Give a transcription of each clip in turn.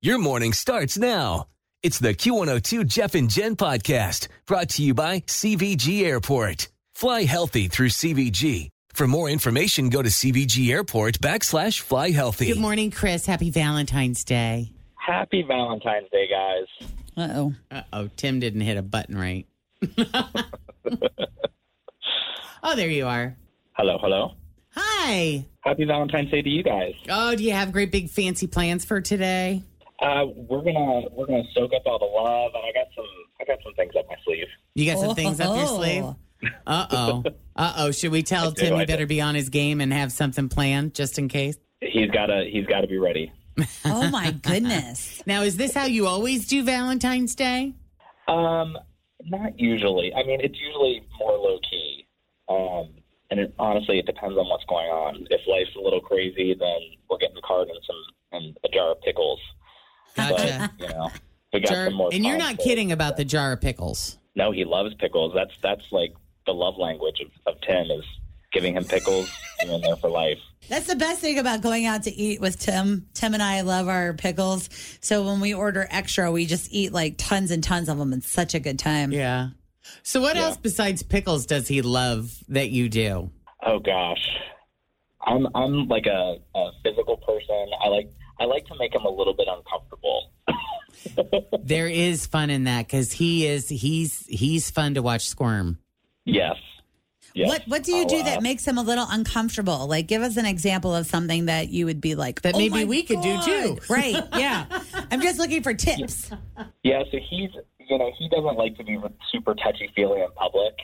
Your morning starts now. It's the Q102 Jeff and Jen podcast brought to you by CVG Airport. Fly healthy through CVG. For more information, go to CVG Airport backslash fly healthy. Good morning, Chris. Happy Valentine's Day. Happy Valentine's Day, guys. Uh oh. Uh oh. Tim didn't hit a button right. oh, there you are. Hello, hello. Hi. Happy Valentine's Day to you guys. Oh, do you have great big fancy plans for today? Uh, we're gonna we're gonna soak up all the love, and I got some I got some things up my sleeve. You got Oh. some things up your sleeve? Uh oh. Uh oh. Should we tell do, Tim I he do. better be on his game and have something planned just in case? He's gotta he's gotta be ready. Oh my goodness. Now, is this how you always do Valentine's Day? Um, not usually. I mean, it's usually more low key. Um, and it, honestly, it depends on what's going on. If life's a little crazy, then we're getting a card and some and a jar of pickles. Gotcha. But, you know, we got Jar- some more. and you're time not for- kidding about the jar of pickles. No, he loves pickles. That's that's like the love language of, of Tim is giving him pickles and in there for life. That's the best thing about going out to eat with Tim. Tim and I love our pickles. So when we order extra, we just eat like tons and tons of them. It's such a good time. Yeah. So what Yeah. else besides pickles does he love that you do? Oh gosh, I'm I'm like a, a physical person. I like I like to make him a little bit uncomfortable. There is fun in that because he is he's he's fun to watch squirm. Yes. yes. What What do you Oh, I'll, do uh, that makes him a little uncomfortable? Like, give us an example of something that you would be like That "Oh maybe my we could do, God." too. Right? Yeah. I'm just looking for tips. Yeah, so he's you know he doesn't like to be super touchy feely in public,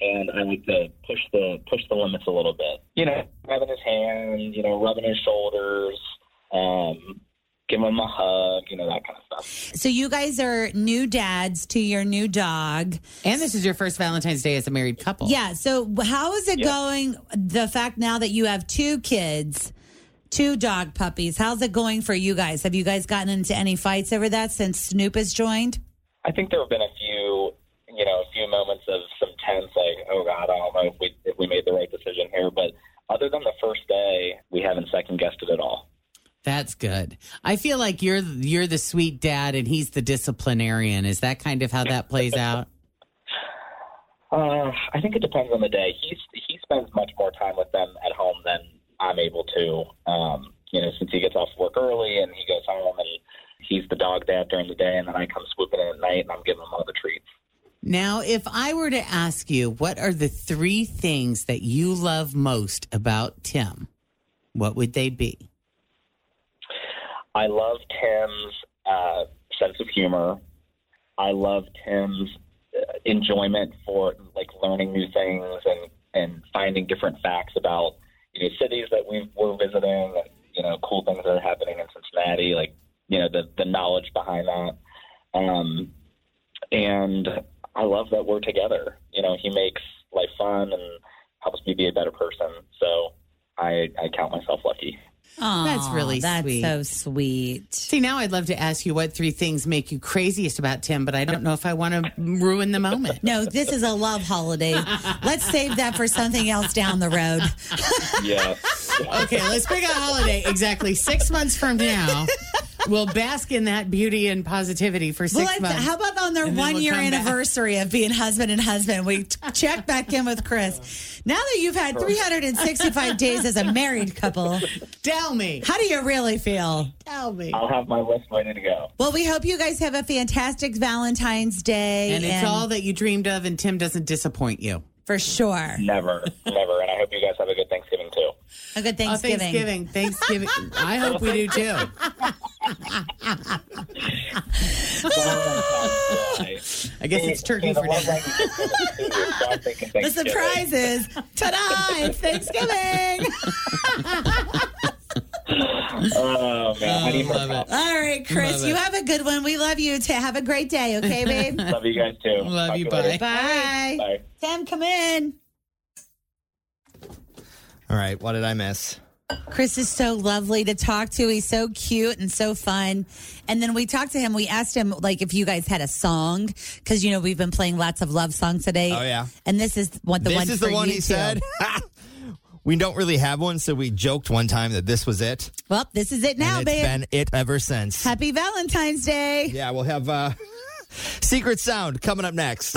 and I like to push the push the limits a little bit. You know, rubbing his hand, you know, rubbing his shoulders, um, give him a hug, you know, that kind of stuff. So you guys are new dads to your new dog. And this is your first Valentine's Day as a married couple. Yeah. So how is it Yeah. going? The fact now that you have two kids, two dog puppies, how's it going for you guys? Have you guys gotten into any fights over that since Snoop has joined? I think there have been a few you know a few moments of some tense, like oh god, I don't know if we if we made the right decision here, but other than the first day, we haven't second guessed it at all. That's good. I feel like you're you're the sweet dad and he's the disciplinarian. Is that kind of how that plays out? Uh, I think it depends on the day. He's he spends much more time with them at home than I'm able to. Um, you know, since he gets off work early and he goes home and he's the dog dad during the day, and then I come swooping in at night and I'm giving him all the treats. Now, if I were to ask you, what are the three things that you love most about Tim? What would they be? I love Tim's uh, sense of humor. I love Tim's uh, enjoyment for like learning new things and and finding different facts about you know cities that we were visiting and you know cool things that are happening in Cincinnati. Like you know the the knowledge behind that. Um, and I love that we're together. You know he makes life fun and helps me be a better person. So I I count myself lucky. Oh, That's really that's sweet. so sweet. See, now I'd love to ask you what three things make you craziest about Tim, but I don't know if I want to ruin the moment. No, this is a love holiday. Let's save that for something else down the road. Yeah. Okay, let's pick a holiday exactly six months from now. we'll bask in that beauty and positivity for six Well, I, months. how about on their And then one we'll year come back. anniversary of being husband and husband? We t- check back in with Chris. Now that you've had 365 days as a married couple, Tell me. how do you really feel? Tell me. I'll have my list ready to go. Well, we hope you guys have a fantastic Valentine's Day. And it's all that you dreamed of, and Tim doesn't disappoint you. for sure. Never, never. And I hope you guys have a good Thanksgiving too. A good Oh, Thanksgiving. Thanksgiving. Thanksgiving. I hope we do too. I guess it's turkey for dinner. dinner. The surprise is ta-da! It's Thanksgiving. Oh man, I need more love it. coffee. All right, Chris, Love it. you have a good one. We love you. To have a great day, okay, babe. Love you guys too. Love Talk you, to later. bye. Bye. Bye. Tim, come in. All right, what did I miss? Chris is so lovely to talk to. He's so cute and so fun. And then we talked to him. We asked him like if you guys had a song because you know we've been playing lots of love songs today. Oh, yeah. And this is what the this one. is the for one you he two. said. we don't really have one, so we joked one time that this was it. Well, this is it now, and it's babe. been it ever since. Happy Valentine's Day. Yeah, we'll have uh, Secret Sound coming up next.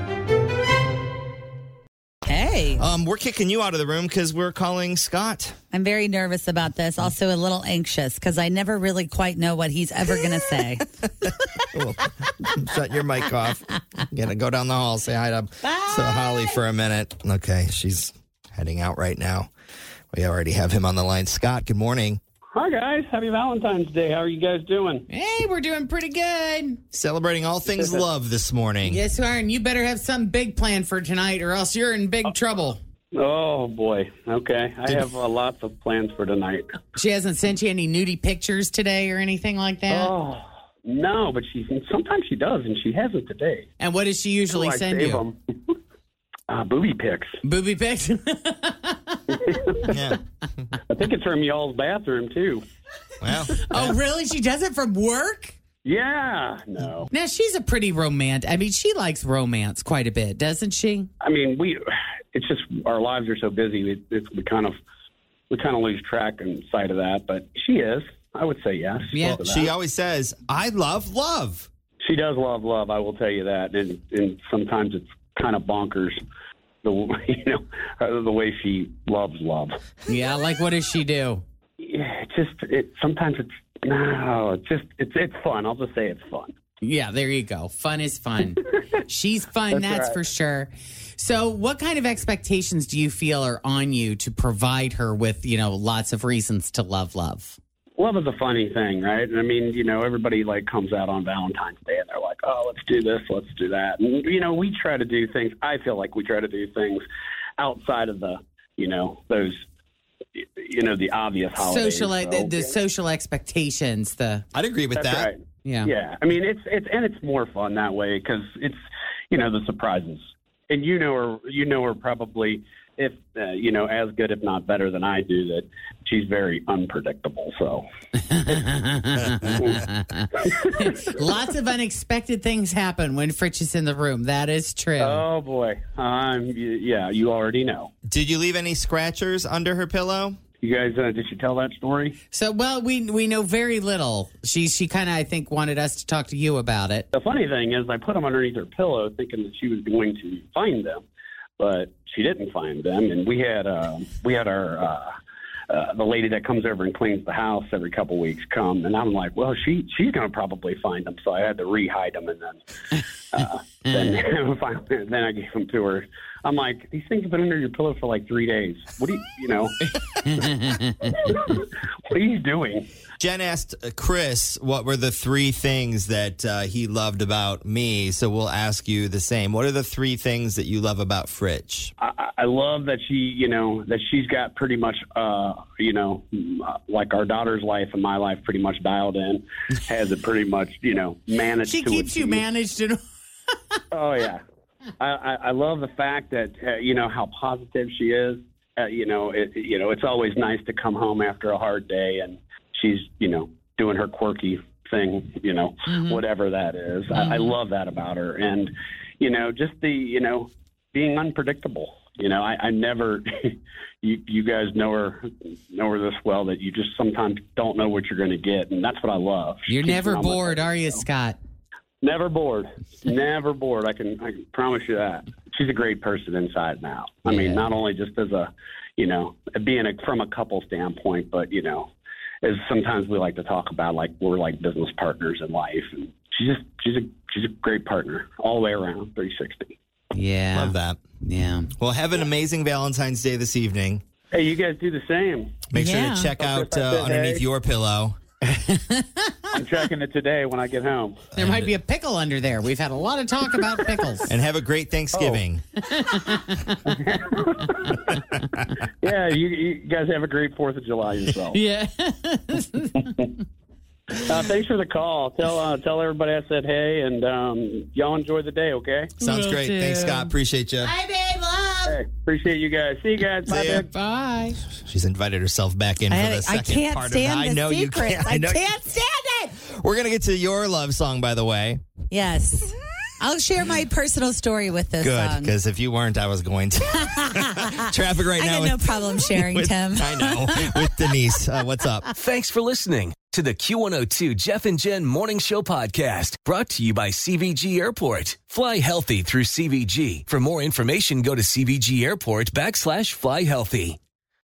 Hey, Um, we're kicking you out of the room because we're calling Scott. I'm very nervous about this. Also, a little anxious because I never really quite know what he's ever going to say. Cool. Shut your mic off. Gonna go down the hall, say hi to, to Holly for a minute. Okay, she's heading out right now. We already have him on the line. Scott, good morning. Hi guys, happy Valentine's Day. How are you guys doing? Hey, we're doing pretty good. Celebrating all things love this morning. Yes, you are, and you better have some big plan for tonight, or else you're in big trouble. Oh boy. Okay, I have uh, lots of plans for tonight. She hasn't sent you any nudie pictures today or anything like that. Oh no, but she sometimes she does, and she hasn't today. And what does she So usually I send save you? 'em. uh, booby pics. Booby pics. Yeah. I think it's from y'all's bathroom too. Well, oh, really? She does it from work? Yeah. No. Now she's a pretty romantic. I mean, she likes romance quite a bit, doesn't she? I mean, we. It's just our lives are so busy. It, it's we kind of we kind of lose track and sight of that. But she is. I would say yes. Yeah. Both of she that. always says, I love love. She does love love. I will tell you that, and and sometimes it's kind of bonkers, the you know uh, the way she loves love. Yeah. Like, what does she do? Yeah, it's just it. Sometimes it's no, it's just it's it's fun. I'll just say it's fun. Yeah, there you go. Fun is fun. She's fun, that's, for sure. So, what kind of expectations do you feel are on you to provide her with, you know, lots of reasons to love love? Love is a funny thing, right? I mean, you know, everybody like comes out on Valentine's Day and they're like, oh, let's do this, let's do that. And, you know, we try to do things. I feel like we try to do things outside of the, you know, those, y- you know, the obvious holidays. Social, the, So- the social expectations, the, I'd agree with That's that. right. yeah. Yeah, I mean it's it's and it's more fun that way because it's you know the surprises and you know her you know her probably if uh, you know as good if not better than I do that she's very unpredictable so lots of unexpected things happen when Fritch is in the room. That is true. oh boy um y- yeah you already know Did you leave any scratchers under her pillow? you guys uh, did you tell that story So, well, we we know very little. She she kind of I think wanted us to talk to you about it. the funny thing is I put them underneath her pillow thinking that she was going to find them but she didn't find them and we had uh, we had our uh, uh, the lady that comes over and cleans the house every couple weeks come, and I'm like, well, she she's gonna probably find them, so I had to re-hide them, and then Uh, then, finally, then I gave them to her. I'm like, these things have been under your pillow for like three days. What do you, you know? what are you doing? Jen asked uh, Chris what were the three things that uh, he loved about me. So we'll ask you the same. What are the three things that you love about Fritch? I, I- I love that she, you know, that she's got pretty much, uh, you know, m- uh, like our daughter's life and my life pretty much dialed in. Has it pretty much, you know, managed. She to keeps you achieve- managed and Oh yeah, I, I, I love the fact that uh, you know how positive she is. Uh, you know, it, you know, it's always nice to come home after a hard day, and she's you know doing her quirky thing. You know, Mm-hmm. whatever that is. I, I love that about her, and you know, just the you know being unpredictable. You know, I, I never. you you guys know her know her this well that you just sometimes don't know what you're going to get, and that's what I love. She You're keeps me never on my bored, are you, Scott? Never bored. Never bored. I can I can promise you that. She's a great person inside and out. I mean, not only just as a, you know, being a, from a couple standpoint, but you know, as sometimes we like to talk about, like we're like business partners in life. And she's just she's a she's a great partner all the way around, 360. Yeah. Love that. Yeah. Well, have an amazing Valentine's Day this evening. Hey, you guys do the same. Make sure to check out uh, underneath your pillow. I'm checking it today when I get home. There might be a pickle under there. We've had a lot of talk about pickles. And have a great Thanksgiving. Yeah, you, you guys have a great Fourth of July yourself. Yeah. Uh, thanks for the call. Tell uh, tell everybody I said hey, and um, y'all enjoy the day. Okay. Sounds great. Thanks, Scott. Appreciate you. Hi, babe. Love. Hey, appreciate you guys. See you guys. Bye. babe. Bye. She's invited herself back in for I, the I second can't part stand of the I know you secrets. can't. I, know- can't stand it. We're going to get to your love song, by the way. Yes. I'll share my personal story with this Good, song. because if you weren't, I was going to. Traffic right I now. got no problem sharing, with, Tim. I know. With Denise. Uh, what's up? Thanks for listening to the Q102 Jeff and Jen Morning Show podcast brought to you by CVG Airport. Fly healthy through CVG. For more information, go to CVG Airport backslash fly healthy.